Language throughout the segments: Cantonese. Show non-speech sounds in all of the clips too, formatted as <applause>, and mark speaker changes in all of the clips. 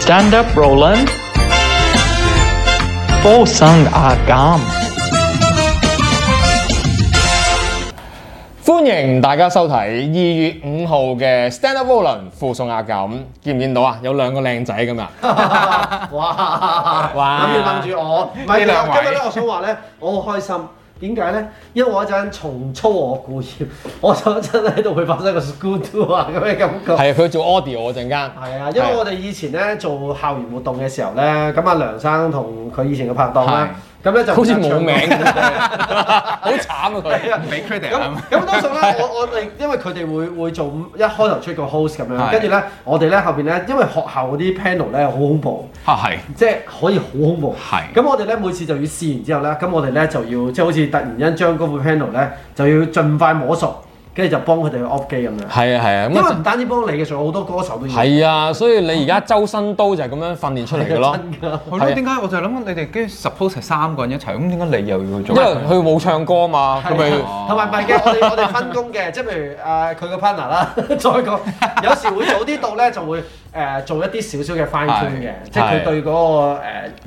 Speaker 1: Stand up, Roland。附送阿減，
Speaker 2: 歡迎大家收睇二月五號嘅 Stand Up Roland 附送壓感，見唔見到啊？有兩個靚仔咁啊！
Speaker 3: <laughs> 哇！
Speaker 2: 哇
Speaker 3: 諗住問住我，唔係
Speaker 2: 呢兩位
Speaker 3: 今日咧，我想話咧，我好開心。點解咧？因為我一陣重操我故業，我就真係喺度會發生個 school <laughs> tour 啊咁嘅感覺。
Speaker 2: 係啊，佢做 audio 我陣間。
Speaker 3: 係啊，因為我哋以前咧做校園活動嘅時候咧，咁阿梁生同佢以前嘅拍檔啦，咁咧就
Speaker 2: 好似冇
Speaker 3: 唱歌
Speaker 2: 名咁，好慘啊佢，唔俾 credit
Speaker 3: 咁咁多數咧，我我哋因為佢哋會會做一開頭出個 host 咁樣，
Speaker 2: 係
Speaker 3: 跟住咧我哋咧後邊咧，因為學校嗰啲 panel 咧好恐怖。
Speaker 2: 嚇係
Speaker 3: 即係可以好恐怖。
Speaker 2: 係
Speaker 3: 咁我哋咧每次就要試完之後咧，咁我哋咧就要即係好似突然間將嗰副 panel 咧就要盡快摸熟，跟住就幫佢哋去 off 機咁樣。
Speaker 2: 係啊係啊，
Speaker 3: 因為
Speaker 2: 咁
Speaker 3: 唔單止幫你嘅，仲有好多歌手都要。
Speaker 2: 係啊，所以你而家周身刀就係咁樣訓練出嚟嘅咯，
Speaker 3: 真㗎。
Speaker 4: 好
Speaker 2: 係
Speaker 4: 啦，
Speaker 2: 啊
Speaker 4: 點解我就諗緊你哋跟住 suppose 係三個人一齊，咁點解你又要
Speaker 2: 因
Speaker 4: 做？
Speaker 2: 為佢冇唱歌嘛，佢咪
Speaker 3: 係啊同埋唔係嘅，我哋我哋分工嘅，即係譬如誒佢個 partner 啦， <laughs> 再講有時會早啲到咧，就會誒做一啲少少嘅 fine tune 嘅，即係
Speaker 2: 係
Speaker 3: 佢對嗰個誒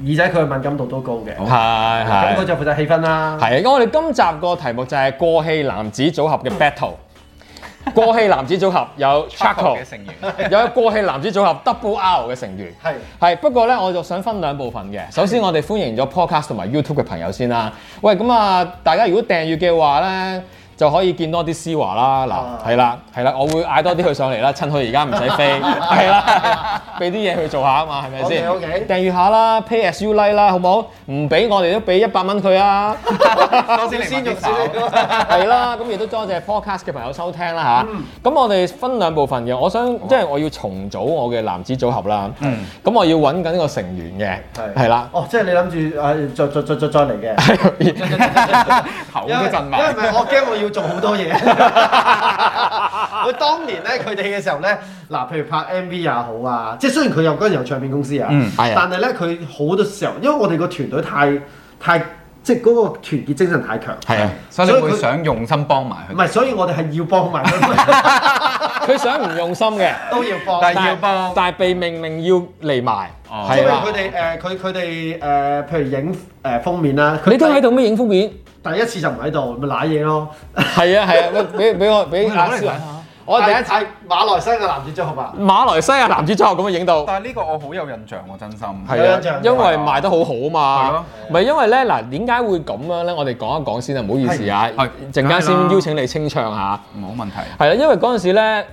Speaker 3: 耳仔佢嘅敏感度都高嘅。
Speaker 2: 係
Speaker 3: 咁佢
Speaker 2: 係
Speaker 3: 就負責氣氛啦。
Speaker 2: 係啊，咁我哋今集個題目就係過氣男子組合嘅 battle，過氣男子組合有 Chaco
Speaker 4: 嘅成
Speaker 3: <laughs>
Speaker 4: 員，
Speaker 2: 有過氣男子組合 Double R 嘅成員。
Speaker 3: 係。
Speaker 2: 係，不過咧，我就想分兩部分嘅。首先，我哋歡迎咗 Podcast 同埋 YouTube 嘅朋友先啦。喂，咁啊，大家如果訂閱嘅話咧，就可以見多啲思華啦。
Speaker 3: 啊
Speaker 2: 嗱，係啦，係啦，我會嗌多啲佢上嚟啦， <laughs> 趁佢而家唔使
Speaker 3: <laughs>
Speaker 2: 飛，係啦，俾啲嘢佢做下啊嘛，係咪先
Speaker 3: OK，OK
Speaker 2: 訂閱下啦，pay as you like 啦，好唔好？唔俾我哋都俾一百蚊佢啊！
Speaker 4: 多謝
Speaker 3: 先用
Speaker 4: 你用
Speaker 3: 先
Speaker 4: 手。
Speaker 2: <laughs> 係啦，咁亦都多謝 podcast 嘅朋友收聽啦吓，咁、我哋分兩部分嘅，我想即係我要重組我嘅男子組合啦。
Speaker 4: 嗯
Speaker 2: 咁我要揾緊個成員嘅，係
Speaker 3: <laughs>
Speaker 2: 啦。
Speaker 3: 哦，即係你諗住誒再再再再再嚟嘅。
Speaker 4: 口
Speaker 3: 因為
Speaker 4: 都震
Speaker 3: 因為
Speaker 4: 埋
Speaker 3: 唔。係我驚我要做好多嘢。
Speaker 2: <laughs>
Speaker 3: 佢當年咧，佢哋嘅時候咧，嗱，譬如拍 MV 也好啊，即係雖然佢有嗰陣有唱片公司啊，
Speaker 4: 嗯
Speaker 2: 係啊
Speaker 3: 但係咧佢好多時候，因為我哋個團隊太太即係嗰個團結精神太強，
Speaker 2: 係啊，
Speaker 4: 所以你會
Speaker 3: 所以
Speaker 4: 想用心幫埋
Speaker 3: 唔
Speaker 4: 佢，
Speaker 3: 係，所以我哋係要幫埋
Speaker 2: <laughs>
Speaker 3: 佢，
Speaker 2: 佢想唔用心嘅，
Speaker 3: 都要幫。
Speaker 4: 但係
Speaker 3: 因
Speaker 4: 要幫
Speaker 2: 但係被命令要嚟埋，
Speaker 4: 哦
Speaker 2: 係啊
Speaker 3: 為
Speaker 2: 啦
Speaker 3: 佢。哋誒，佢佢哋誒，譬如影誒封面啦，佢
Speaker 2: 你都喺度咩影封面？
Speaker 3: 第第一次就唔喺度，咪賴嘢咯。
Speaker 2: 係啊係啊，喂 <laughs> 俾俾我俾
Speaker 4: 我
Speaker 2: 阿
Speaker 4: 攞嚟
Speaker 2: 思
Speaker 4: 睇
Speaker 2: 華
Speaker 4: 下，
Speaker 2: 我第一次
Speaker 3: 係馬來西亞嘅男主角係嘛？
Speaker 2: 馬來西亞男子組合咁樣影到。
Speaker 4: 但係呢個我好有印象喎，真心。係
Speaker 2: 係
Speaker 3: 有
Speaker 2: 啊
Speaker 3: 印象，
Speaker 2: 因為賣得好好啊
Speaker 4: 係
Speaker 2: 嘛
Speaker 4: 咯，
Speaker 2: 唔係因為咧嗱，點解會咁樣咧？我哋講一講先啊，唔好意思啊
Speaker 4: 係，
Speaker 2: 陣間先
Speaker 4: 梗係啦
Speaker 2: 邀請你清唱下。
Speaker 4: 冇問題。
Speaker 2: 係啦，因為嗰陣時咧，誒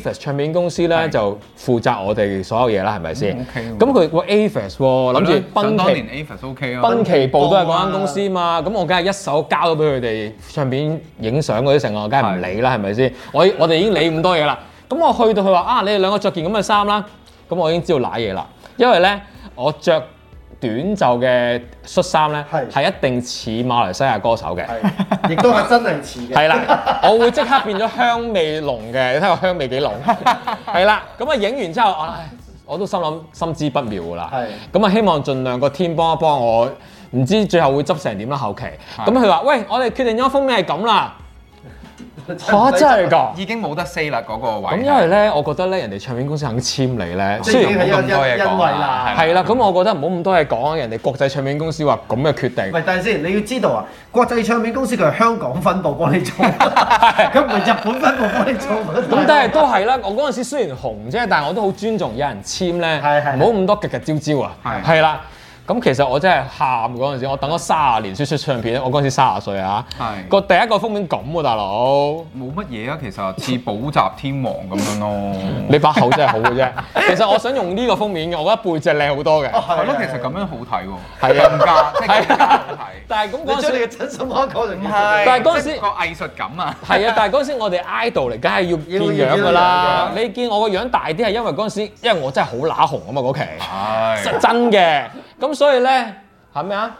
Speaker 2: Avis 唱片公司咧
Speaker 4: 係
Speaker 2: 就負責我哋所有嘢啦，係咪先
Speaker 4: 嗯？OK 喎
Speaker 2: 咁佢喂 Avis 喎，諗住
Speaker 4: 想
Speaker 2: 奔
Speaker 4: 當
Speaker 2: 奇
Speaker 4: 年 Avis OK 啊，
Speaker 2: 奔奇部都係嗰
Speaker 3: 啊
Speaker 2: 間公司嘛，咁我梗係一手交咗俾佢哋唱片影相嗰啲成，我梗係唔理啦，係咪先？我我哋已經理咁多嘢啦。咁我去到佢話啊，你哋兩個着件咁嘅衫啦，咁我已經知道揦嘢啦，因為咧我着短袖嘅恤衫咧
Speaker 3: 係
Speaker 2: 係一定似馬來西亞歌手嘅。 <laughs>
Speaker 3: 係，亦都係真係似嘅。
Speaker 2: 係啦，我會即刻變咗香味濃嘅，你睇我香味幾濃。係啦，咁啊影完之後，唉，我都心諗心知不妙㗎啦。
Speaker 3: 係
Speaker 2: 咁啊希望盡量個天幫一幫我，唔知最後會執成點啦後期。
Speaker 4: 係
Speaker 2: 咁佢話：喂，我哋決定咗封面係咁啦。
Speaker 3: <laughs> 真
Speaker 2: 嚇！真係㗎。
Speaker 4: 已經冇得 say 啦嗰個位。啊
Speaker 2: 咁因為咧，我覺得咧，人哋唱片公司肯簽你咧，
Speaker 3: 即
Speaker 2: 雖
Speaker 3: 係
Speaker 2: 然
Speaker 3: 因為因因為啦，
Speaker 2: 係啦，咁我覺得唔好咁多嘢講啊。人哋國際唱片公司話咁嘅決定
Speaker 3: 唔。係，但係先，你要知道啊，國際唱片公司佢係香港分部幫你
Speaker 2: <laughs>
Speaker 3: 做，佢唔係日本分部幫你做。
Speaker 2: 咁但係都係啦，我嗰陣時雖然紅啫，但係我都好尊重有人簽咧，
Speaker 3: 係係
Speaker 2: 唔好咁多極極招招啊，
Speaker 4: 係
Speaker 2: 係啦。咁其實我真係喊嗰陣時，我等咗卅年先出唱片，我嗰陣時卅歲啊，
Speaker 4: 係
Speaker 2: 個第一個封面咁喎，大佬，
Speaker 4: 冇乜嘢啊，其實似補習天王咁樣咯。
Speaker 2: 你把口真係好嘅啫。其實我想用呢個封面嘅，我覺得背脊靚好
Speaker 3: 哦
Speaker 2: 多嘅，
Speaker 3: 啊
Speaker 4: 係咯，其實咁樣好睇喎，
Speaker 2: 係啊
Speaker 4: 更加即係更加好睇。
Speaker 2: 但係咁
Speaker 3: 你
Speaker 2: 嗰陣
Speaker 3: 將你嘅
Speaker 2: 時。
Speaker 3: 真心話講成
Speaker 2: 但係嗰陣時
Speaker 4: 即個藝術感啊，
Speaker 2: 係啊，但係嗰陣時我哋 idol 嚟，梗係要變
Speaker 3: 要
Speaker 2: 樣
Speaker 3: 要
Speaker 2: 㗎啦。
Speaker 3: 要
Speaker 2: 你見我個樣大啲係因為嗰陣時，因為我真係好乸紅啊嘛嗰期，
Speaker 4: 係
Speaker 2: 實真嘅。咁所以咧係咩啊？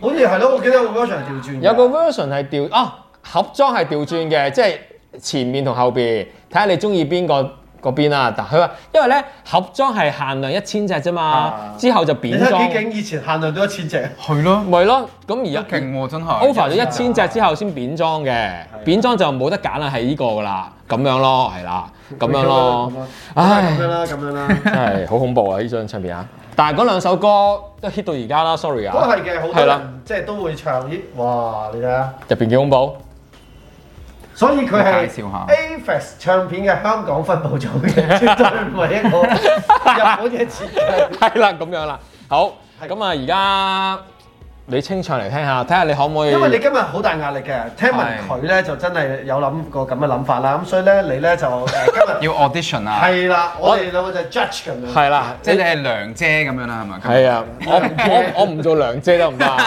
Speaker 3: 好似係咯，我記得我嗰場調轉。
Speaker 2: 有個 version 係調啊，盒裝係調轉嘅，即係前面同後邊，睇下你中意邊個嗰邊啦。但佢話因為咧盒裝係限量一千隻啫嘛
Speaker 3: 啊，
Speaker 2: 之後就
Speaker 3: 你
Speaker 2: 扁
Speaker 3: 睇
Speaker 2: 裝
Speaker 3: 幾，勁，以前限量都一千隻，
Speaker 4: 係咯，
Speaker 2: 咪咯。咁而
Speaker 4: 都
Speaker 2: 家
Speaker 4: 勁喎，真係
Speaker 2: over 咗一千隻之後先扁裝
Speaker 3: 啊
Speaker 2: 嘅，扁裝就冇得揀啦，係呢個噶啦，咁樣咯，係啦，咁樣咯，
Speaker 3: 咁
Speaker 2: 唉
Speaker 3: 樣，啦，咁樣啦，
Speaker 2: 真係好恐怖啊！呢張唱片啊，但係嗰兩首歌都 hit 到而家啦，sorry
Speaker 3: 都
Speaker 2: 啊，
Speaker 3: 係嘅，好
Speaker 2: 係
Speaker 3: 多
Speaker 2: 啦
Speaker 3: 人即係都會唱咦，哇！你睇下，
Speaker 2: 入邊幾恐怖，
Speaker 3: 所以佢係
Speaker 4: 介紹下
Speaker 3: Avex 唱片嘅香港分部組嘅，絕對唔係
Speaker 2: <laughs>
Speaker 3: 一個日本嘅設計。
Speaker 2: 係啦，咁樣啦，好，
Speaker 3: 係
Speaker 2: 咁啊，而家你清唱嚟聽下，睇下你可唔可以？
Speaker 3: 因為你今日好大壓力嘅，聽聞
Speaker 4: 係
Speaker 3: 佢咧就真係有諗過咁嘅諗法啦，咁所以咧你咧就誒
Speaker 2: <laughs>
Speaker 3: 今日
Speaker 4: 要 audition 啊，
Speaker 3: 係啦，我哋兩個就 judge 咁樣。
Speaker 2: 係啦，
Speaker 4: 即係你係梁姐咁樣啦，係咪？
Speaker 2: 係啊，我我我唔做梁姐得唔得
Speaker 3: <laughs>
Speaker 2: 啊？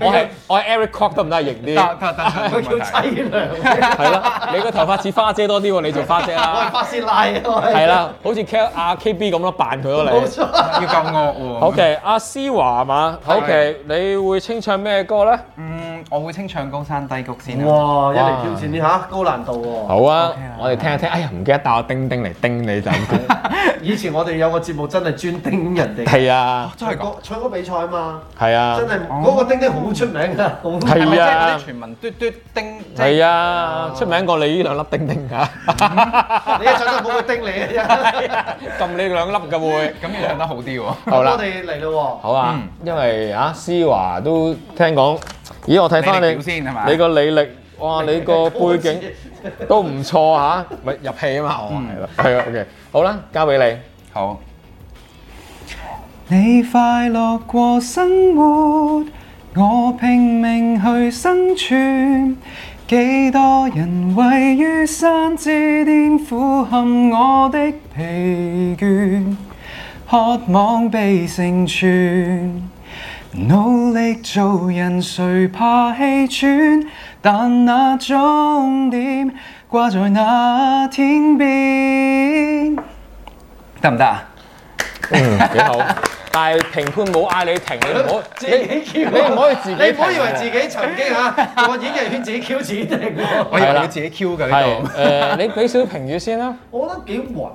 Speaker 2: 我係我係 Eric Kwok 得唔得啊？型
Speaker 4: 得
Speaker 2: 啲，
Speaker 4: 得得，
Speaker 3: 佢叫
Speaker 4: 冇問題
Speaker 3: 凄涼，
Speaker 2: 係啦，你個頭髮似花姐多啲喎，你做花姐
Speaker 3: <laughs> 我係
Speaker 2: 啦。
Speaker 3: 發泄賴啊！我係
Speaker 2: 係，啦，好似 K 阿 KB 咁咯，扮佢咯
Speaker 3: 冇
Speaker 2: 你。
Speaker 3: 錯。
Speaker 4: 要夠惡喎。
Speaker 2: OK，阿思華啊嘛，OK，你會清唱咩歌咧？
Speaker 4: 嗯，我會清唱高山低谷先啊。
Speaker 3: 哇！一嚟挑戰啲嚇高難度喎。
Speaker 2: 好啊
Speaker 4: OK 啦，
Speaker 2: 我哋聽一聽。哎呀，唔記得帶我叮叮嚟叮你就
Speaker 3: <laughs>
Speaker 2: 咁。
Speaker 3: 以前我哋有個節目真係專叮人哋，
Speaker 2: 係啊，
Speaker 4: 真係
Speaker 3: 唱歌
Speaker 4: 㗎
Speaker 3: 唱歌比賽啊嘛，
Speaker 2: 係啊
Speaker 3: 真，係嗰個叮叮好出名㗎，好
Speaker 2: 係啊
Speaker 4: 係咪即係嗰啲全民嘟嘟叮？即係
Speaker 2: 係啊，出名過你呢兩粒叮叮 <laughs> 啊！
Speaker 3: <laughs> 你一陣都冇佢叮你啊！
Speaker 2: 撳你兩粒嘅會。
Speaker 4: 咁要唱得好啲喎。
Speaker 2: 好啦
Speaker 3: 我。哋嚟咯
Speaker 2: 好啊，
Speaker 4: 嗯
Speaker 2: 因為啊，思華都聽講，咦，我睇翻
Speaker 4: 履歷表
Speaker 2: 你
Speaker 4: 先係嘛
Speaker 2: 你個履歷，哇，
Speaker 3: 喎，
Speaker 2: 你個背景都唔錯嚇，咪入戲啊嘛，我
Speaker 4: 嗯
Speaker 2: 係咯，係啊，OK，好啦，交俾你，
Speaker 4: 好。你快樂過生活，我拼命去生存。幾多人位於山之巔，俯瞰我的疲倦，渴望被成全。努力做人，誰怕氣喘？但那終點掛在那天邊，得唔得啊？
Speaker 2: 嗯，幾好。但係評判冇嗌你停，你唔好
Speaker 3: 自己
Speaker 2: 你
Speaker 3: 叫，
Speaker 2: 你唔可以自己
Speaker 3: 你唔好以
Speaker 2: 停
Speaker 3: 為
Speaker 2: 嘅
Speaker 3: 自己曾經 <laughs> 嗯嚇個演藝圈自己 Q 自己定喎。
Speaker 4: 我以為
Speaker 2: 係啦
Speaker 4: 你自己 Q 㗎呢
Speaker 2: 係
Speaker 4: 度。
Speaker 2: 誒，你俾少少評語先啦。
Speaker 3: 我覺得幾穩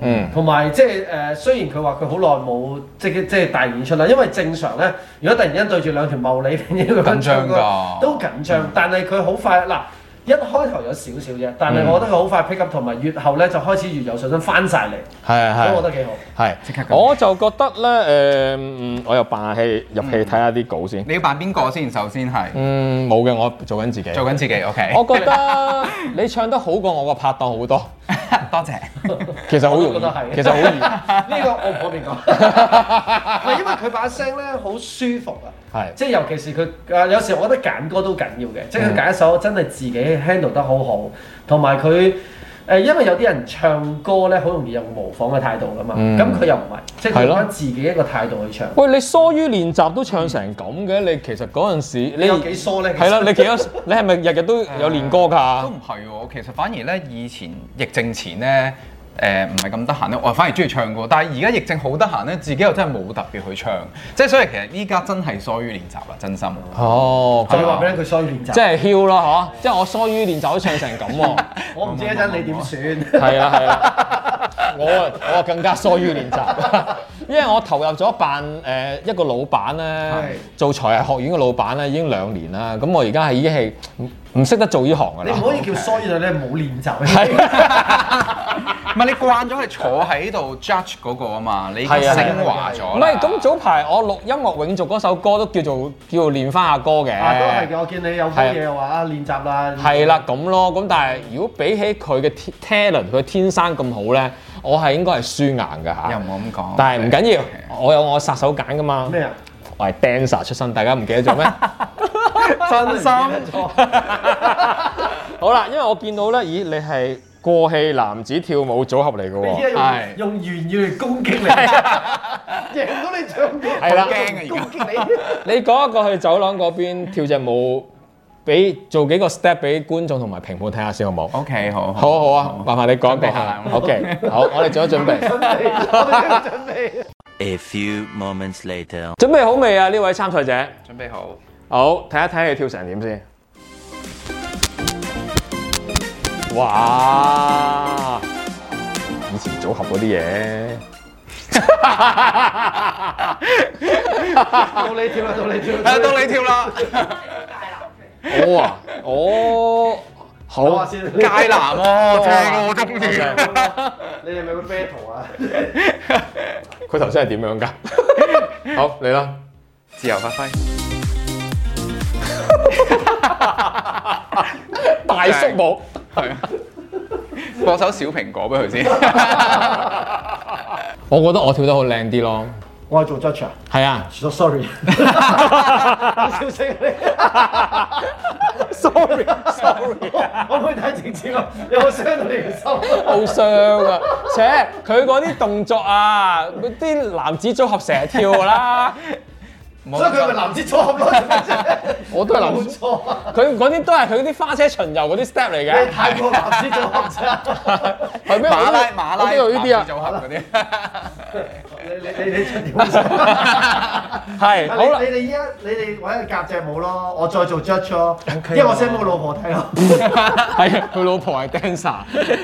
Speaker 2: 嗯
Speaker 3: 喎，同埋即係誒，雖然佢話佢好耐冇即係即係大演出啦，因為正常咧，如果突然間對住兩條茂利，你咁樣
Speaker 4: 緊張
Speaker 3: 唱歌
Speaker 4: 㗎
Speaker 3: 都緊
Speaker 2: 嗯
Speaker 3: 張，但係佢好快嗱。一開頭有少少啫，但係
Speaker 2: 嗯
Speaker 3: 我覺得佢好快 pick up，同埋越後咧就開始越有信心翻晒嚟，
Speaker 2: 係嗯
Speaker 3: 所以我覺得幾好。
Speaker 2: 係
Speaker 4: 即刻咁
Speaker 2: 我就覺得咧誒，嗯我又扮下戲入戲睇下啲稿先。
Speaker 4: <laughs> 你要扮邊個先？首先係
Speaker 2: 嗯，冇嘅，我做緊自己。
Speaker 4: 做緊自己，OK。
Speaker 2: 我覺得你唱得好過我個拍檔好
Speaker 3: <laughs>
Speaker 2: 多，
Speaker 4: <laughs> 多謝。 <laughs>
Speaker 2: 其實好容
Speaker 3: 我都覺得係
Speaker 2: 易，其實好易。
Speaker 3: <laughs> 呢個我唔方便講，唔
Speaker 2: <laughs>
Speaker 3: 係因為佢把聲咧好舒服啊，
Speaker 2: 係
Speaker 3: 即係尤其是佢誒有時我覺得揀歌都緊要嘅，即係
Speaker 2: 嗯
Speaker 3: 佢揀一首真係自己 handle 得好好，同埋佢誒因為有啲人唱歌咧好容易有模仿嘅態度噶嘛，
Speaker 2: 嗯
Speaker 3: 咁佢、又唔係，即係
Speaker 2: 係
Speaker 3: 佢
Speaker 2: 咯
Speaker 3: 用翻自己一個態度去唱，
Speaker 2: 喂，你疏於練習都唱成咁嘅，你其實嗰陣時
Speaker 3: 你
Speaker 2: 你
Speaker 3: 有幾疏咧？其實啊
Speaker 2: 係啦，你幾多？你係咪日日
Speaker 3: <laughs>
Speaker 2: 都有練歌
Speaker 4: 都
Speaker 2: 㗎？
Speaker 4: 唔係喎，其實反而咧，以前疫症前咧，誒唔係咁得閒咧，我反而中意唱歌。但係而家疫症好得閒咧，自己又真係冇特別去唱，即係所以其實依家真係疏於練習啦，真心。
Speaker 2: 哦，
Speaker 3: 就係話俾你聽佢疏於練習，
Speaker 2: 即係囂啦嚇！即係我疏於練習都唱成咁喎。
Speaker 3: 我唔知一陣你點
Speaker 2: <laughs>
Speaker 3: 算。
Speaker 2: 係啊係啊， <laughs> 我啊我啊更加疏於練習， <laughs> 因為我投入咗扮誒一個老闆
Speaker 3: 係
Speaker 2: 咧，做財藝學院嘅老闆咧已經兩年啦。咁我而家係已經係唔唔識得做呢行㗎
Speaker 3: 你
Speaker 2: 啦
Speaker 3: 唔。可以叫疏於，你係冇練習。
Speaker 2: 係
Speaker 4: 唔係你慣咗係坐喺度 judge 嗰個啊嘛，你已經
Speaker 2: 係啊係啊
Speaker 4: 升華咗
Speaker 2: 唔
Speaker 4: 啦。
Speaker 2: 係咁早排我錄音樂永續嗰首歌都叫做叫做練翻下歌嘅。
Speaker 3: <laughs> 啊，都係嘅。我見你有啲嘢話啊，練習啦。練習
Speaker 2: 係啦，咁咯，咁但係如果比起佢嘅天 talent，佢天生咁好咧，我係應該係輸硬㗎
Speaker 4: 又
Speaker 2: 嚇。
Speaker 4: 唔好咁講。
Speaker 2: 但係唔緊要，我有我殺手鐧㗎嘛。
Speaker 3: 咩啊？
Speaker 2: 我係 dancer 出身，大家唔記得咗咩？
Speaker 3: <laughs> 真心
Speaker 2: 好啦，因為我見到咧，咦，你係過氣男子跳舞組合嚟嘅
Speaker 3: 你
Speaker 2: 喎。
Speaker 3: 依家
Speaker 4: 係
Speaker 3: 用用言語嚟攻擊你， <laughs> 贏到你唱歌，
Speaker 2: 係啦
Speaker 3: 好驚啊！而家攻擊
Speaker 2: 你講一個去走廊嗰邊跳隻舞，俾做幾個 step 俾觀眾同埋評判睇下先好冇？
Speaker 4: OK，好。
Speaker 2: 好好啊，麻煩你講一
Speaker 4: 哦準備
Speaker 2: 講
Speaker 4: 下
Speaker 2: 下
Speaker 4: 啦。
Speaker 2: OK，好，我哋做咗準備
Speaker 3: 你，。準備，我哋要準備。
Speaker 5: A few moments later.
Speaker 2: 準備好未啊？呢位參賽者，
Speaker 4: 準備好。
Speaker 2: 好睇一睇你跳成點先。哇！以前組合嗰啲嘢。
Speaker 3: 到你跳啦，到你跳啦，
Speaker 4: 係啊到你跳
Speaker 2: <laughs>
Speaker 4: 啦，
Speaker 2: 我啊，我
Speaker 3: 講
Speaker 2: 好啊
Speaker 3: 下先
Speaker 4: <laughs> 芥藍哦，正我中意。
Speaker 3: 你哋咪會 battle 啊？
Speaker 2: 佢頭先係點樣㗎？好，你啦。
Speaker 4: 自由發揮，
Speaker 2: 大叔舞，
Speaker 4: 係啊，放首小蘋果俾佢 <laughs> 先。
Speaker 2: 我覺得我跳得好靚啲咯。
Speaker 3: 我係做 judge 啊
Speaker 2: 係啊
Speaker 3: ，so sorry，笑死你！
Speaker 2: ，sorry，sorry，
Speaker 3: 我唔可以睇直接啊，有冇傷到你嘅心？
Speaker 2: 好傷啊！且佢嗰啲動作啊，嗰啲男子組合成日跳㗎啦，
Speaker 4: 所
Speaker 3: 所以佢咪男子組合咯，
Speaker 2: 我都係男
Speaker 3: 冇
Speaker 2: 子，
Speaker 3: 錯啊！
Speaker 2: 佢嗰啲都係佢啲花車巡遊嗰啲 step 嚟
Speaker 3: 你
Speaker 2: 嘅。
Speaker 3: 太過男子組合啫，
Speaker 2: 係咩？
Speaker 4: 馬拉
Speaker 2: 我都
Speaker 4: 馬拉
Speaker 2: 我都有呢啲啊。
Speaker 4: 組合嗰啲。
Speaker 3: 你你你你出點？
Speaker 2: 係，好啦
Speaker 3: 啊你。哋依家你哋玩個夾隻舞咯，我再做 judge 咯，
Speaker 2: 啊
Speaker 3: 因為我 send 俾我老婆睇咯。
Speaker 2: 係啊，佢老婆係 dancer，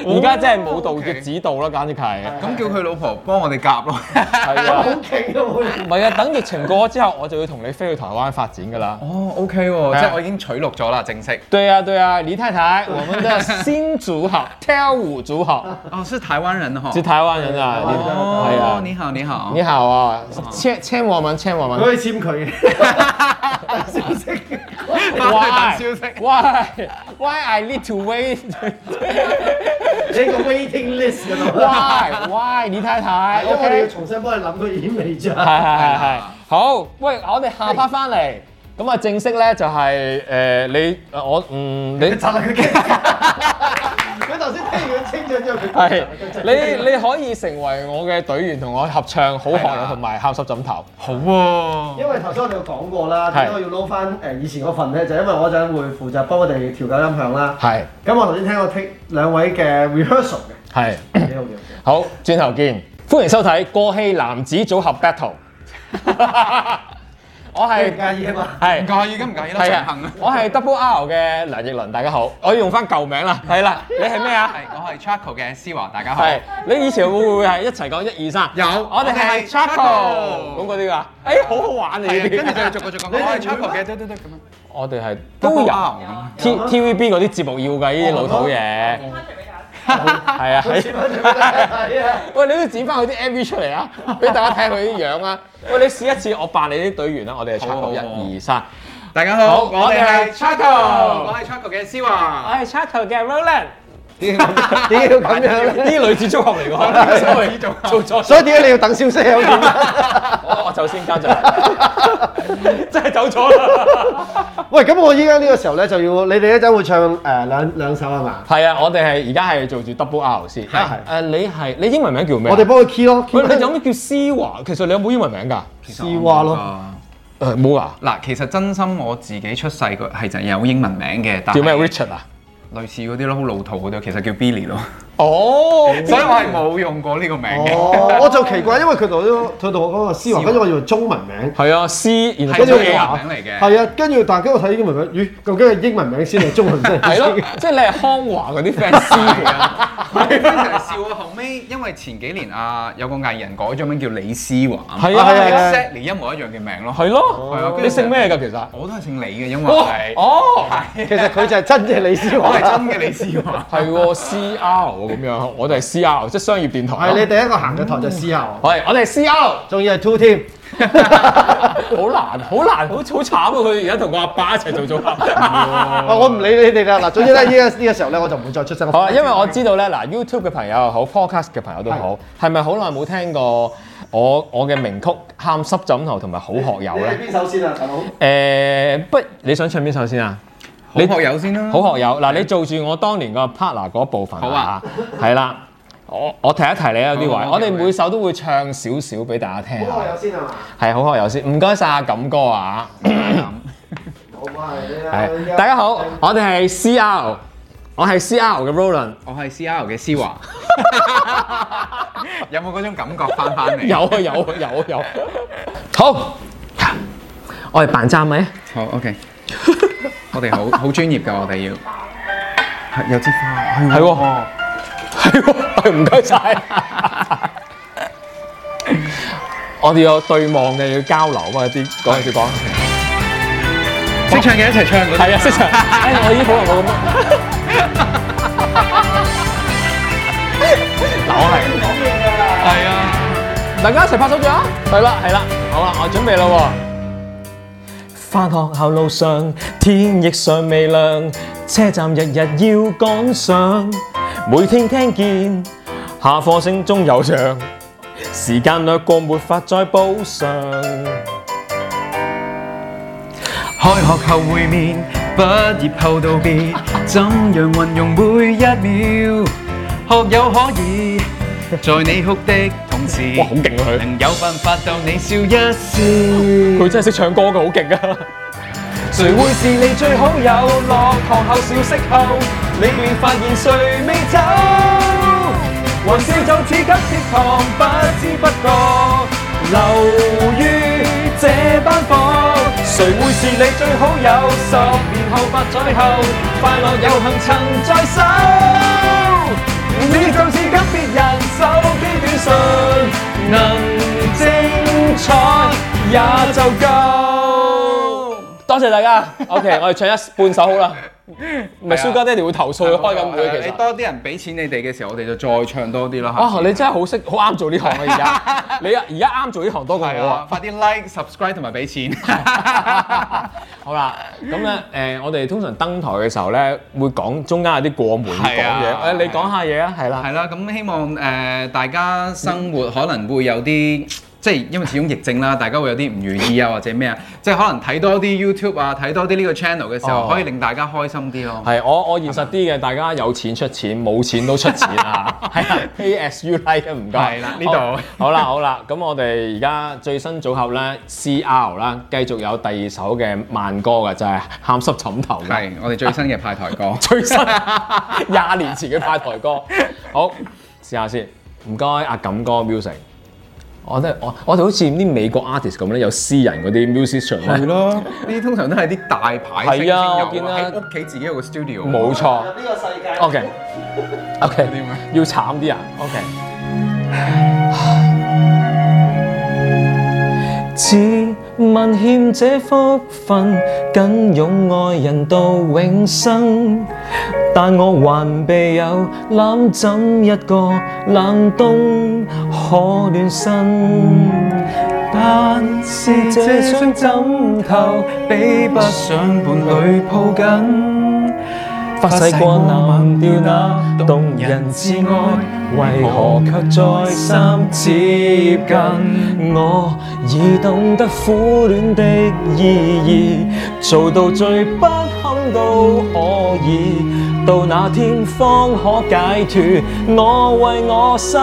Speaker 2: 而家真係舞蹈嘅指導啦，簡直係。
Speaker 4: 咁叫佢老婆幫我哋夾咯。
Speaker 2: 係
Speaker 3: 好
Speaker 2: 啊，
Speaker 3: 勁啊！
Speaker 2: 唔
Speaker 3: 會
Speaker 2: 係啊，等疫情過咗之後，我就要同你飛去台灣發展㗎啦。
Speaker 4: <laughs> 哦，OK 喎，即係我已經取錄咗啦，正式。
Speaker 2: 對啊，對啊，李太
Speaker 4: <laughs>
Speaker 2: 太，我們的新組合跳舞組合
Speaker 4: 哦，是台灣人哈。
Speaker 2: 是台灣人啊，你係
Speaker 4: <laughs> 哦，
Speaker 2: 啊，
Speaker 4: 你好，哦你好。 <laughs>
Speaker 2: 你好啊，簽簽我們，簽我
Speaker 3: 佢
Speaker 2: 們。
Speaker 3: 可以簽佢嘅 <laughs> 消息。
Speaker 4: 哇！消息。
Speaker 2: Why why I need to
Speaker 4: <laughs>
Speaker 2: wait?
Speaker 3: 你個 waiting list 嗰度。
Speaker 2: Why why 李太太
Speaker 3: 因為
Speaker 4: <laughs> 哎
Speaker 3: 我哋要
Speaker 2: ？OK，
Speaker 3: 重新幫你諗個 image
Speaker 2: 係
Speaker 3: 啊。
Speaker 2: 係係係。好，喂，我哋下 part 翻嚟，咁啊正式咧就係誒你誒我嗯你
Speaker 3: 佢。窒啦佢
Speaker 2: <laughs>
Speaker 3: 傾，佢頭先聽完佢清咗之後，佢窒
Speaker 2: 係
Speaker 3: 啦佢窒啦
Speaker 2: 你你可以成為我嘅隊員，同我合唱《好
Speaker 4: 係
Speaker 2: 寒
Speaker 4: 啦
Speaker 2: 同埋《喊濕枕頭
Speaker 4: 好喎。
Speaker 3: 因為頭先我哋有講過啦，點解我要撈翻誒以前嗰份咧？就因為我嗰陣會負責幫我哋調校音響啦》。。
Speaker 2: 係
Speaker 3: 咁我頭先聽我聽兩位嘅 rehearsal
Speaker 2: 係
Speaker 3: 嘅，幾好幾好。
Speaker 2: 好，轉頭見，歡迎收睇過氣男子組合 battle。我
Speaker 3: 你唔
Speaker 2: 係
Speaker 3: 介意啊嘛？
Speaker 4: 唔
Speaker 2: 係
Speaker 4: 介意咁唔介意啦，
Speaker 2: 係
Speaker 4: 上
Speaker 2: 啊
Speaker 4: 行啊，。
Speaker 2: 我係 Double R 嘅梁奕倫，大家好，我要用翻舊名啦。係啦，你係咩啊
Speaker 4: 係？，我係 Charco 嘅思華，大家好。
Speaker 2: 係你以前會唔會係一齊講一二三？
Speaker 4: 有
Speaker 2: 我哋係 Charco 咁嗰啲㗎。誒，好好玩啊！呢
Speaker 4: 係啊，跟住
Speaker 2: 啲
Speaker 4: 就逐個逐個講，我係 Charco 嘅，嘟嘟嘟咁啊樣。
Speaker 2: 我哋係都有。
Speaker 4: 啊
Speaker 2: T TVB 嗰啲節目要㗎，呢啲老土嘢。係啊，係
Speaker 3: 切翻出嚟係啊！
Speaker 2: 喂，你都剪翻佢啲 MV 出嚟啊，俾大家睇佢啲樣啊。喂，你試一次，我扮你啲隊員啦，我哋係
Speaker 4: 好
Speaker 2: 拆
Speaker 4: 啊
Speaker 2: 到
Speaker 4: 好啊
Speaker 2: 一二三。
Speaker 4: 大家
Speaker 2: 好
Speaker 4: 好，
Speaker 2: 我
Speaker 4: 我哋係
Speaker 2: 哋係 Charco
Speaker 4: 我係 Charco 嘅思
Speaker 2: 我
Speaker 4: <laughs> 華。
Speaker 2: 係 Charco 嘅 Roland，
Speaker 3: 點解要咁樣咧？
Speaker 2: 啲女子組合嚟 <laughs> 㗎，sorry，做 <laughs> 錯
Speaker 3: 所以點解你要等消息啊？
Speaker 4: <laughs>
Speaker 2: 我我走先交咗嚟， <laughs> 真係走咗啦。
Speaker 3: 喂，咁我依家呢個時候咧就要你哋一陣會唱誒兩兩首係嘛？
Speaker 2: 係啊，我哋係而家係做住 Double R 先。
Speaker 3: 係係
Speaker 2: 誒，你係你英文名叫咩啊？
Speaker 3: 我哋幫佢 key 咯。
Speaker 2: 喂，你有咩叫思華？其實你有冇英文名㗎？
Speaker 3: 思華咯，。
Speaker 2: 誒冇啊，
Speaker 4: 嗱，其實真心我自己出世個係就有英文名嘅，但係
Speaker 2: 叫咩 Richard 啊？
Speaker 4: 類似嗰啲咯，好老土嗰啲，其實叫 Billy 咯，
Speaker 2: 哦，
Speaker 4: 所以我係冇用過呢個名嘅。
Speaker 3: 哦，我就奇怪，因為佢同咗佢同我講個思華，跟住我以為中文名。
Speaker 2: 係啊，C 然後
Speaker 4: 係
Speaker 3: 跟住
Speaker 2: 中
Speaker 3: 我
Speaker 4: 中
Speaker 2: 英
Speaker 4: 文
Speaker 2: 啊，
Speaker 4: 名嚟嘅
Speaker 3: 係啊，跟住大家我睇英文名，咦，究竟係英文名先定中文
Speaker 4: <laughs>
Speaker 3: 名先？
Speaker 2: 係咯，即係你係康華嗰啲 fans 嚟啊，
Speaker 4: <laughs> 我成日笑啊！後尾因為前幾年啊，有個藝人改咗名叫李思華，
Speaker 2: 係啊係
Speaker 3: 啊
Speaker 4: ，exactly 一模一樣嘅名咯。
Speaker 2: 係咯，
Speaker 4: 係啊，
Speaker 2: 你
Speaker 4: 跟住
Speaker 2: 姓咩㗎其實？
Speaker 4: 我都係姓李嘅，因為係
Speaker 2: 哦，
Speaker 3: 其實佢就係真嘅李思
Speaker 4: <laughs> 我
Speaker 3: 華
Speaker 4: 係。真嘅李思
Speaker 2: <laughs>
Speaker 4: 華。
Speaker 2: 係喎，CR 喎咁樣，我哋係 CR，即係商業電台
Speaker 3: 係
Speaker 2: 咯。
Speaker 3: 你第一個行嘅台就思考，
Speaker 2: 係，我哋係 CR，
Speaker 3: 仲要係 two 添。
Speaker 2: <laughs> 好難，好難，好好慘啊！佢而家同我阿爸一齊做組
Speaker 4: <laughs>
Speaker 2: 合。
Speaker 3: 啊，我唔理你哋啦。嗱，總之咧，依家呢個時候咧，我就唔會再出聲。
Speaker 2: 好啊，因為我知道咧，嗱 YouTube 嘅朋友又好，Podcast 嘅朋友都好，係咪好耐冇聽過我我嘅名曲《喊濕枕頭》同埋《好學友》咧？
Speaker 3: 邊首先啊，大佬？
Speaker 2: 誒、呃不，你想唱邊首先啊？
Speaker 4: 好學友先啦，
Speaker 2: 好學友嗱，你做住我當年個 partner 嗰部分
Speaker 4: 好啊，
Speaker 2: 係啦，我我提一提你啊有啲位，
Speaker 4: 好
Speaker 2: 我哋
Speaker 4: OK，OK
Speaker 2: 每首都會唱少少俾大家聽
Speaker 3: 好
Speaker 2: 下，
Speaker 3: 友先係啊嘛？
Speaker 2: 係好學友先，唔該晒阿錦哥啊，
Speaker 3: 冇關係
Speaker 2: 係大家好，我哋係 CR，我係 CR 嘅 Roland，
Speaker 4: 我係 C R 嘅思華，有冇嗰種感覺翻翻嚟？
Speaker 2: <laughs> 有啊有啊有啊有啊，好，我哋扮站咪，啊
Speaker 4: 好 OK，我哋好好專業㗎，我哋要係有支花，係
Speaker 2: 係喎，係喎，去，唔該晒。我哋有對望嘅要交流啊嘛，啲嗰陣時講
Speaker 4: 識唱嘅一齊唱嗰啲。
Speaker 2: 係啊，識唱。哎我已經好耐冇咁。嗱，我係係啊，大家一齊拍手掌啊！係啦，係啦，好啦，我準備啦喎。翻學校路上，天亦尚未亮，車站日日要趕上，每天聽見下課聲中悠長，時間掠過沒法再補上。
Speaker 4: 開學後會面，畢業後道別，怎樣運用每一秒？學友可以在你哭的同時，
Speaker 2: 哇好勁啊佢
Speaker 4: 能有辦法逗你笑一笑。
Speaker 2: 佢真係識唱歌㗎，好勁啊！
Speaker 4: 誰會是你最好友？落堂後小息後，你便發現誰未走。玩笑就似急跌堂，不知不覺流於這班房。誰會是你最好友？十年後八載後，快樂有幸曾在手。你就是急別人手機短信，能精彩也就夠。
Speaker 2: 多謝大家。OK，我哋 <laughs> 唱一半首好啦。唔係啊蘇家爹哋會投訴佢開緊會其實。
Speaker 4: 你多啲人俾錢你哋嘅時候，我哋就再唱多啲啦。
Speaker 2: 啊！你真係好識，好啱做呢行啊！ <laughs> 而家你啊，而家啱做呢行多過
Speaker 4: 係
Speaker 2: 我啊
Speaker 4: 啊！！快啲 like、subscribe 同埋俾 <laughs> 錢。
Speaker 2: <laughs> 好啦，咁咧誒，我哋通常登台嘅時候咧，會講中間有啲過門要講
Speaker 4: 係啊
Speaker 2: 嘢。誒，你講下嘢啊，係啦。
Speaker 4: 係啦，咁希望誒、呃大家生活可能會有啲。即係因為始終疫症啦，大家會有啲唔如意啊，或者咩啊，即係可能睇多啲 YouTube 啊，睇多啲呢個 channel 嘅時候，
Speaker 2: 哦
Speaker 4: 可以令大家開心啲咯。
Speaker 2: 係我我現實啲嘅，大家有錢出錢，冇錢都出錢
Speaker 4: <laughs>
Speaker 2: 啊！係啊，PSU like 啊，唔該。
Speaker 4: 係啦呢度
Speaker 2: 好好啦好啦，咁我哋而家最新組合咧 CR 啦，繼續有第二首嘅慢歌嘅，就係、喊濕枕頭嘅。
Speaker 4: 係我哋最新嘅派台歌。
Speaker 2: 最新廿年前嘅派台歌。好，試下先，唔該阿錦哥 music。我覺得我我哋好似啲美國 artist 咁咧，有私人嗰啲 musician 咧，
Speaker 4: 咯， <laughs> 呢啲通常都係啲大牌
Speaker 2: 係
Speaker 4: 星先有
Speaker 2: 啊
Speaker 4: 啊，
Speaker 2: 我見啊
Speaker 4: 喺屋企自己有個 studio。
Speaker 2: 冇錯。
Speaker 3: 呢個世界
Speaker 2: OK OK，
Speaker 4: 點啊
Speaker 2: 要慘啲啊，OK。只問欠這福分，緊擁愛人到永生。但我還備有攬枕一個冷冬可暖身，但是
Speaker 4: 是這雙枕頭比不上伴侶抱緊。
Speaker 2: 發誓過忘掉那動人之愛，為何卻再三接近？我已懂得苦戀的意義，做到最不堪都可以，到那天方可解脱。我為我羞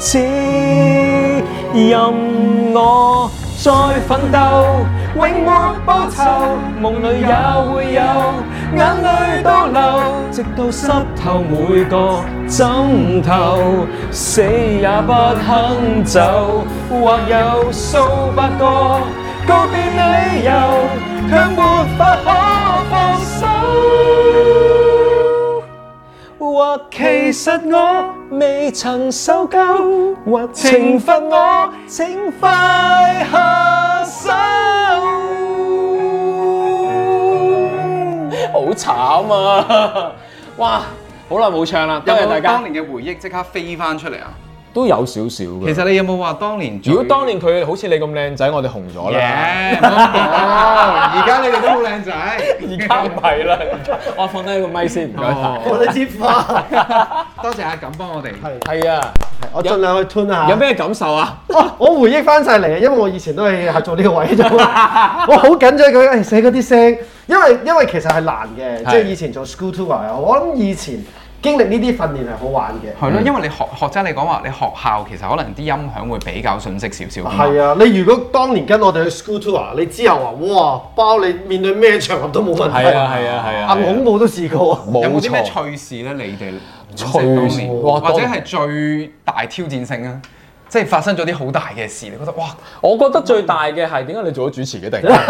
Speaker 2: 恥，任我再奮鬥，永沒報酬，夢裏也會有，眼淚都流，直到濕透每個枕頭，死也不肯走。或有數百個告別理由，卻沒法可放手。或其實我未曾受夠，或懲罰我，請快下手。好慘啊！ <laughs> 哇，好耐冇唱啦，多
Speaker 4: 有
Speaker 2: 謝大
Speaker 4: 冇當
Speaker 2: 家。
Speaker 4: 年嘅回憶即刻飛翻出嚟啊？
Speaker 2: 都有少少嘅。
Speaker 4: 其實你有冇話當年最？
Speaker 2: 嗯如果當年佢好似你咁靚仔，我哋紅咗啦。
Speaker 4: 耶！唔好咁講而家你哋都好靚仔，
Speaker 2: 而家唔係啦， <laughs> 哦我放低個咪先，唔該晒。
Speaker 3: 我哋接
Speaker 2: <laughs>
Speaker 3: 花，
Speaker 4: 多謝阿錦幫我哋。
Speaker 2: 係啊，
Speaker 3: 我盡量去 tune 下。
Speaker 2: 有咩感受啊？
Speaker 3: 啊！我回憶翻晒嚟啊，因為我以前都係係做呢個位
Speaker 2: <laughs>
Speaker 3: 啫嘛，我好緊張佢誒寫嗰啲聲，因為因為其實係難嘅，即係以前做 school tour 又好，我諗以前經歷呢啲訓練係好玩嘅。
Speaker 4: 係咯，因為你學學真你講話，你學校其實可能啲音響會比較遜色少
Speaker 2: 嗯
Speaker 4: 少㗎嘛。
Speaker 3: 係啊，你如果當年跟我哋去 school tour，你之後話哇，包你面對咩場合都冇問題。
Speaker 2: 係啊係啊係啊
Speaker 3: 硬恐怖都試過啊。
Speaker 2: 冇
Speaker 4: 有冇啲咩
Speaker 2: 錯。
Speaker 4: 趣事咧？你哋
Speaker 2: 趣事哇
Speaker 4: 或者
Speaker 2: 當
Speaker 4: 係
Speaker 2: 年
Speaker 4: 最大挑戰性啊！即係發生咗啲好大嘅事，你覺得哇，
Speaker 2: 我覺得最大嘅係點解你做咗主持嘅突然間？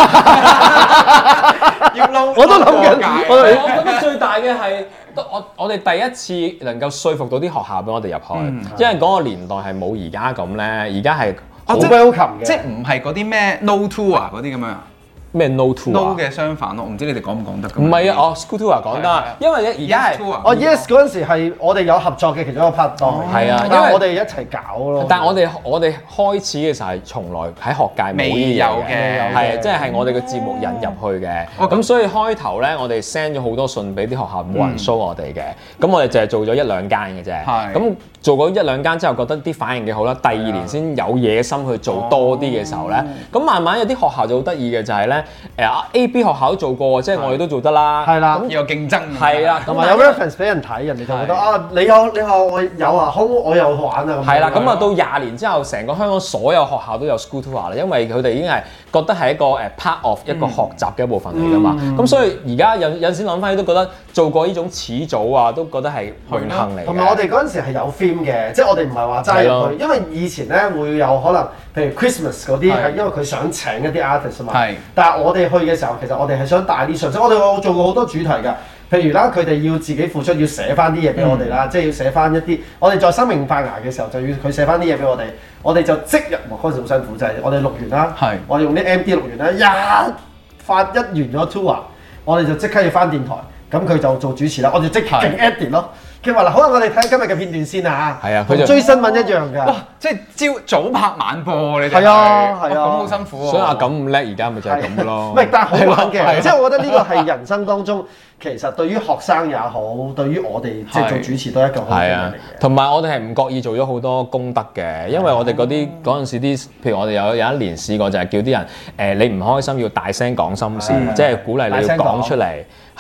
Speaker 4: 要嬲
Speaker 3: 我都諗緊
Speaker 4: 過界啊
Speaker 3: 我都
Speaker 2: 我覺得最大嘅係都我我哋第一次能夠說服到啲學校俾我哋入去，因為嗰個年代係冇而家咁咧，而家係啊
Speaker 3: 好
Speaker 2: 好
Speaker 4: 啊即係
Speaker 3: welcome 嘅，
Speaker 4: 即係唔係嗰啲咩 no to 啊嗰啲咁樣啊
Speaker 2: 咩 no to
Speaker 4: ，no
Speaker 2: 啊？
Speaker 4: 嘅相反咯，我唔知你哋講唔講得㗎
Speaker 2: 唔
Speaker 4: 嘛
Speaker 2: 係啊，哦 school tour 啊講得
Speaker 4: 係
Speaker 2: 啊
Speaker 4: 啊，
Speaker 2: 因為而家
Speaker 4: yes
Speaker 2: 係
Speaker 4: to 啊，
Speaker 3: 我哦 yes 嗰陣時係我哋有合作嘅其中一個拍檔，
Speaker 2: 係啊
Speaker 3: 但
Speaker 2: 因為
Speaker 3: 我哋一齊搞咯。
Speaker 2: 但係我哋我哋開始嘅時候係從來喺學界冇
Speaker 4: 未
Speaker 2: 呢
Speaker 4: 有
Speaker 2: 樣
Speaker 4: 嘅
Speaker 2: 嘅，係即係係我哋嘅節目引入去嘅。
Speaker 4: 哦咁嗯
Speaker 2: 咁所以開頭咧，我哋 send 咗好多信俾啲學校，冇人 show 我哋嘅。咁我哋就係做咗一兩間嘅啫。
Speaker 4: 係啊
Speaker 2: 咁做咗一兩間之後，覺得啲反應幾好啦。第二年先有野心去做多啲嘅時候咧，
Speaker 4: 哦
Speaker 2: 咁慢慢有啲學校就好得意嘅，就係咧誒啊 A、B 學校都做過，即係我哋都做得啦。
Speaker 3: 係啦，
Speaker 4: 有競爭啊
Speaker 2: 係啊啦，
Speaker 3: 同
Speaker 2: 咁
Speaker 3: 埋
Speaker 2: 但
Speaker 3: 有
Speaker 2: 係
Speaker 3: reference 俾人睇，人哋就覺得
Speaker 4: 係
Speaker 3: 啊，你有你有我有啊，好我有玩啊咁樣。
Speaker 2: 係啦，咁啊到廿年之後，成個香港所有學校都有 school tour 啦，因為佢哋已經係覺得係一個誒 part of 一個學習嘅一部分嚟㗎嘛。
Speaker 3: 嗯
Speaker 2: 咁所以而家有有陣時諗翻都覺得做過呢種始祖啊，都覺得係榮幸嚟嘅。
Speaker 3: 同埋我哋嗰陣時係有 film 嘅，即係我哋唔係話齋入去，因為以前咧會有可能，譬如 Christmas 嗰啲
Speaker 4: 係
Speaker 3: 係因為佢想請一啲 artist 啊嘛
Speaker 4: 係。
Speaker 3: 但係我哋去嘅時候，其實我哋係想帶啲信息，我哋有做過好多主題㗎。譬如啦，佢哋要自己付出，要寫翻啲嘢俾我哋
Speaker 2: 嗯
Speaker 3: 啦，即係要寫翻一啲。我哋在生命發芽嘅時候，就要佢寫翻啲嘢俾我哋。我哋就即日，哇嗰陣時好辛苦，就係我哋錄完啦
Speaker 4: 係，
Speaker 3: 我哋用啲 M D 錄完啦，一發一完咗 tour，我哋啊就即刻要翻電台，咁佢就做主持啦，我哋即刻
Speaker 4: 係
Speaker 3: Eddie 咯。佢話嗱，好啦，啊我哋睇今日嘅片段先啊
Speaker 2: 係啊佢
Speaker 3: 同
Speaker 2: 就
Speaker 3: 追新聞一樣㗎
Speaker 4: 哇。！即係朝早拍晚播，你哋
Speaker 3: 係啊
Speaker 4: 哇
Speaker 3: 係啊
Speaker 4: 咁好辛苦喎。
Speaker 2: 所以阿錦咁叻，而家咪就係
Speaker 3: 係
Speaker 2: 咁咯。
Speaker 3: <laughs> 唔係，但係好玩
Speaker 2: 係
Speaker 3: 嘅，
Speaker 2: 咯
Speaker 3: 即係我覺得呢個係人生當中，其實對於學生也好，對於我哋即係做主持都係一嚿好嘅
Speaker 2: 係
Speaker 3: 嘢
Speaker 2: 啊
Speaker 3: 嚟，嘅。啊
Speaker 2: 同埋我哋係唔覺意做咗好多功德嘅，因為我哋嗰啲嗰陣時啲，譬如我哋有有一年試過就係叫啲人誒、呃你唔開心要大聲講心事
Speaker 3: 係，
Speaker 2: 即係鼓勵你要講出嚟。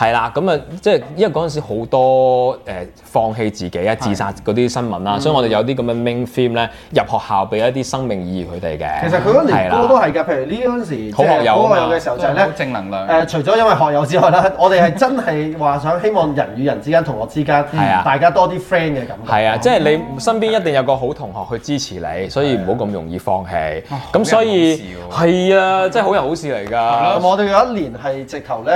Speaker 2: 係啦，咁啊，即係因為嗰陣時好多誒、呃放棄自己啊、自殺嗰啲新聞啦，啊
Speaker 3: 嗯
Speaker 2: 所以我哋有啲咁嘅 main theme 咧，入學校俾一啲生命意義佢哋嘅。
Speaker 3: 其實佢嗰
Speaker 2: 係
Speaker 3: 年
Speaker 2: 啦
Speaker 3: 歌都係㗎，譬如呢嗰陣時
Speaker 2: 好學友啊
Speaker 3: 好
Speaker 2: 嘛
Speaker 3: 學友嘅時候就係
Speaker 4: 好
Speaker 3: 咧。
Speaker 4: 正能量。
Speaker 3: 誒、除咗因為學友之外啦，我哋係真係話想希望人與人之間、同學之間，
Speaker 2: 係啊
Speaker 3: 大家多啲 friend 嘅感覺。
Speaker 2: 係啊，即係你身邊一定有個好同學去支持你，所以唔好咁容易放棄。
Speaker 3: 哦
Speaker 2: 咁所以
Speaker 4: 好
Speaker 2: 係啊，即係好人好事嚟㗎。
Speaker 3: 咁我哋有一年係直頭咧，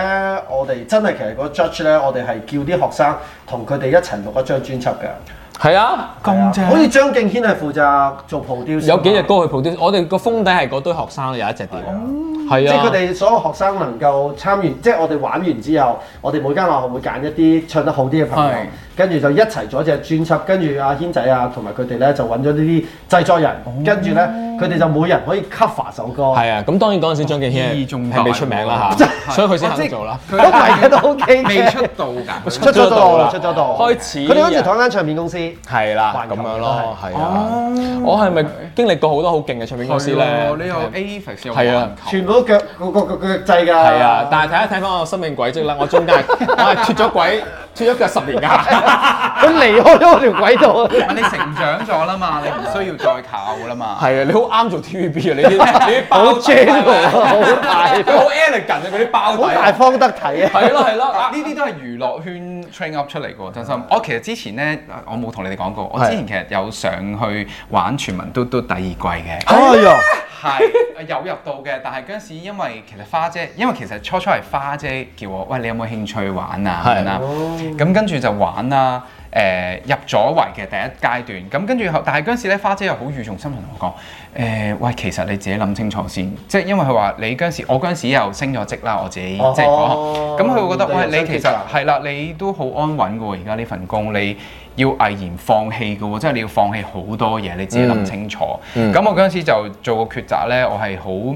Speaker 3: 我哋真係其實個 judge 咧，我哋係叫啲學生同佢哋一齊錄一張專輯㗎。
Speaker 2: 係啊，
Speaker 4: 咁
Speaker 3: 係啊好似張敬軒係負責做 produce，
Speaker 2: 有幾隻歌去 produce，我哋個封底係嗰堆學生有一隻碟，
Speaker 3: 即
Speaker 2: 係
Speaker 3: 係佢
Speaker 2: 啊，
Speaker 3: 哋所有學生能夠參與，即係我哋玩完之後，我哋每間學校會揀一啲唱得好啲嘅朋友
Speaker 4: 係，
Speaker 3: 跟住就一齊做一隻專輯，跟住阿軒仔啊同埋佢哋咧就揾咗呢啲製作人，跟住咧佢哋就每人可以 cover 首歌，
Speaker 2: 係啊，咁當然嗰陣時張敬
Speaker 4: 意義重
Speaker 2: 軒
Speaker 4: 大
Speaker 2: 係未出名啦嚇，所以佢先肯做啦。
Speaker 3: 都唔係嘅都 OK 嘅
Speaker 4: 未出道
Speaker 2: <laughs>
Speaker 4: 㗎。
Speaker 3: 出咗道啦，出
Speaker 2: 出
Speaker 3: 咗
Speaker 2: 咗
Speaker 3: 道，
Speaker 2: 道啦開始
Speaker 3: 佢哋好似同一間唱片公司，係
Speaker 2: 係啦
Speaker 3: 環，球
Speaker 2: 咁樣
Speaker 3: 都係
Speaker 2: 咯，係啊。我係咪經歷過好多好勁嘅唱片公司咧
Speaker 4: 係？喎啊你有 Avex 有
Speaker 2: 係啊
Speaker 4: 環球
Speaker 3: 全部都腳個個個腳掣㗎，
Speaker 2: 係啊，但係睇一睇翻我生命軌跡啦，我中間係我係脱咗軌，脱咗腳十年㗎。
Speaker 3: 佢離開咗我條軌道。
Speaker 4: 唔啊係你成長咗啦嘛，你唔需要再靠啦嘛。
Speaker 2: 係啊，你好啱做 TVB 啊！你啲你啲包
Speaker 3: 好
Speaker 2: <laughs>
Speaker 3: general 啊
Speaker 4: <laughs>
Speaker 3: 好
Speaker 2: 大，佢好 elegant 啊！嗰啲包底，
Speaker 3: 好大方得體啊！
Speaker 2: 係咯係咯，啊
Speaker 4: 呢啲都係娛樂圈 train up 出嚟嘅喎，真心。我其實之前咧，我冇同你哋講過，我之前其實有上去玩全民嘟嘟第二季嘅。
Speaker 3: 哎呀，
Speaker 4: 係呃有入到嘅，但係嗰陣時因為其實花姐，因為其實初初係花姐叫我，喂你有冇興趣玩啊
Speaker 2: 係
Speaker 4: 咁樣啦，咁跟住就玩啦。誒、入咗圍嘅第一階段，咁跟住後，但係嗰陣時咧，花姐又好語重心長同我講，誒、喂，其實你自己諗清楚先，即係因為佢話你嗰陣時，我嗰陣時又升咗職啦，我自己、
Speaker 3: 哦
Speaker 4: 即係嗰行，咁佢會覺得，
Speaker 3: 你有
Speaker 4: 喂，你
Speaker 3: 升
Speaker 4: 其
Speaker 3: 職啊啦
Speaker 4: 實係啦，你都好安穩嘅喎，而家呢份工你要毅然放棄嘅喎，即係你要放棄好多嘢，你自己諗清楚。咁、我嗰陣時就做個抉擇咧，我係好。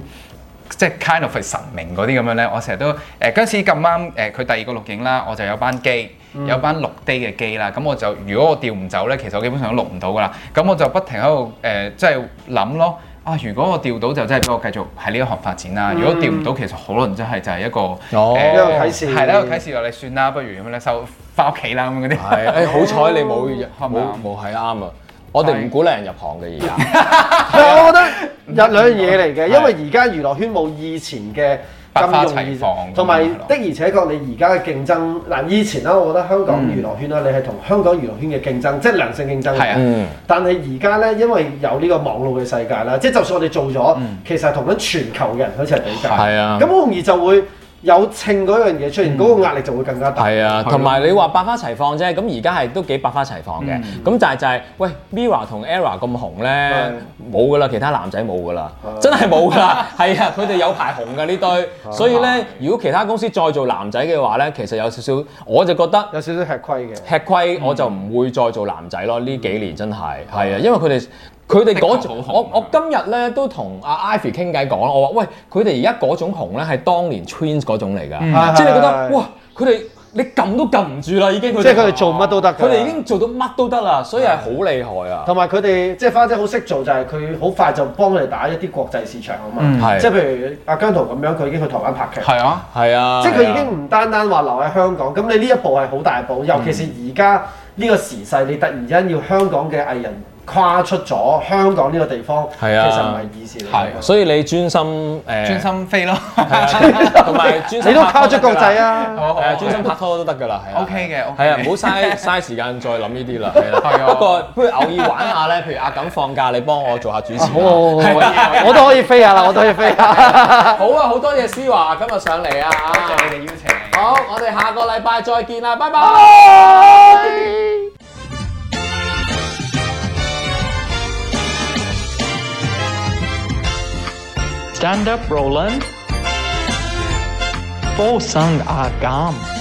Speaker 4: 即係 kind of 係神明嗰啲咁樣咧，我成日都誒嗰陣時咁啱誒佢第二個錄影啦，我就有班機，有班錄低嘅機啦，咁我就如果我調唔走咧，其實我基本上都錄唔到噶啦，咁我就不停喺度誒即係諗咯。啊！如果我調到就真係俾我繼續喺呢一行發展啦。如果調唔到，其實可能真係就係一個
Speaker 2: 哦
Speaker 4: 誒
Speaker 3: 一個啟示
Speaker 4: 係啦，一個啟示就你算啦，不如咁樣咧收翻屋企啦咁嗰啲。
Speaker 2: 係，誒好彩你冇入
Speaker 4: 係咪啊
Speaker 2: 冇冇係啱啊！我哋唔鼓勵人入行嘅而
Speaker 4: <laughs>
Speaker 2: 家，
Speaker 4: 啊
Speaker 3: 但啊我覺
Speaker 4: 嗯
Speaker 3: 得有兩樣嘢嚟嘅，因為而家娛樂圈冇以前嘅咁
Speaker 4: 百花
Speaker 3: 容
Speaker 4: 齊
Speaker 3: 易
Speaker 4: 放，
Speaker 3: 同埋
Speaker 4: 咁樣係
Speaker 3: 的
Speaker 4: 咯
Speaker 3: 而且確你而家嘅競爭嗱，以前啦，我覺得香港娛樂圈啦，你係同香港娛樂圈嘅競爭，即係良性競爭。
Speaker 4: 嗯係啊
Speaker 2: 嗯
Speaker 3: 但係而家咧，因為有呢個網絡嘅世
Speaker 4: 嗯
Speaker 3: 界啦，即係就算我哋做咗，其實係同緊全球嘅人一齊比較。
Speaker 2: 係啊嗯
Speaker 3: 咁好容易就會有稱嗰樣嘢出現，嗰、個壓力就會更加大。
Speaker 2: 係啊，
Speaker 4: 咯
Speaker 2: 同埋你話百花齊放啫，咁而家係都幾百花齊放
Speaker 4: 嗯
Speaker 2: 嘅。咁但係就係，喂，Mira 同 Era 咁紅咧，冇噶啦，其他男仔冇噶啦，真係冇噶啦。 <laughs> 係啊，佢哋有排紅噶呢堆，所以咧，如果其他公司再做男仔嘅話咧，其實有少少，我就覺得。
Speaker 3: 有少少吃虧嘅。
Speaker 2: 吃虧我就唔會再做男仔咯，
Speaker 3: 嗯
Speaker 2: 呢幾年真係係啊，因為佢哋佢哋嗰種
Speaker 4: 的確好紅
Speaker 2: 我
Speaker 3: 啊
Speaker 2: 我今日咧都同阿 Ivy 傾偈講啦，我話喂佢哋而家嗰種紅咧係當年 Twins 嗰種嚟㗎，
Speaker 3: 嗯
Speaker 2: 即係你覺
Speaker 3: 係
Speaker 2: 得
Speaker 3: 係
Speaker 2: 哇佢哋你撳都撳唔住啦已經，
Speaker 3: 即係佢哋做乜都得㗎
Speaker 2: 佢哋已經做到乜都得啦，所以係好厲害啊！
Speaker 3: 同埋佢哋即係花姐好識做，就係佢好快就幫佢哋打一啲國際市場啊
Speaker 4: 嗯
Speaker 3: 嘛。
Speaker 2: 係
Speaker 3: 即係譬如阿姜濤咁樣，佢已經去台灣拍劇。
Speaker 4: 係啊，
Speaker 2: 係啊，
Speaker 3: 即係
Speaker 2: 係
Speaker 3: 佢
Speaker 2: 啊
Speaker 3: 已經唔單單話留喺香港，咁你呢一步係好大步，尤其是而家呢個時勢，你突然間要香港嘅藝人跨出咗香港呢個地方，
Speaker 2: 係啊
Speaker 3: 其實唔係易事嚟
Speaker 4: 係
Speaker 3: 嘅。
Speaker 2: 所以你專心誒，
Speaker 4: 專心飛咯。
Speaker 2: 係啊同埋專心
Speaker 3: 你都
Speaker 2: 拍拖
Speaker 3: 跨出
Speaker 2: 得㗎
Speaker 3: 國
Speaker 2: 啦
Speaker 3: 際啊！
Speaker 4: 好好
Speaker 2: 係啊，專
Speaker 4: 好
Speaker 2: 心拍拖都得㗎啦，係啊
Speaker 4: 哦 OK 嘅，OK
Speaker 2: 係啊，唔好嘥 <laughs> 嘥時間再諗呢啲啦，係
Speaker 4: 係
Speaker 2: 啦。
Speaker 4: 啊
Speaker 2: 不過不如偶爾玩下咧，譬如阿錦放假，你幫我做下主持啊。
Speaker 3: 好好好， <laughs> 我都可以飛下啦，我都可以飛下。
Speaker 2: 好啊，好多謝思華今日上嚟啊！
Speaker 4: 多謝你哋邀請。
Speaker 2: 好，我哋下個禮拜再見啦，拜拜。
Speaker 1: Stand up, Roland. Posang agam.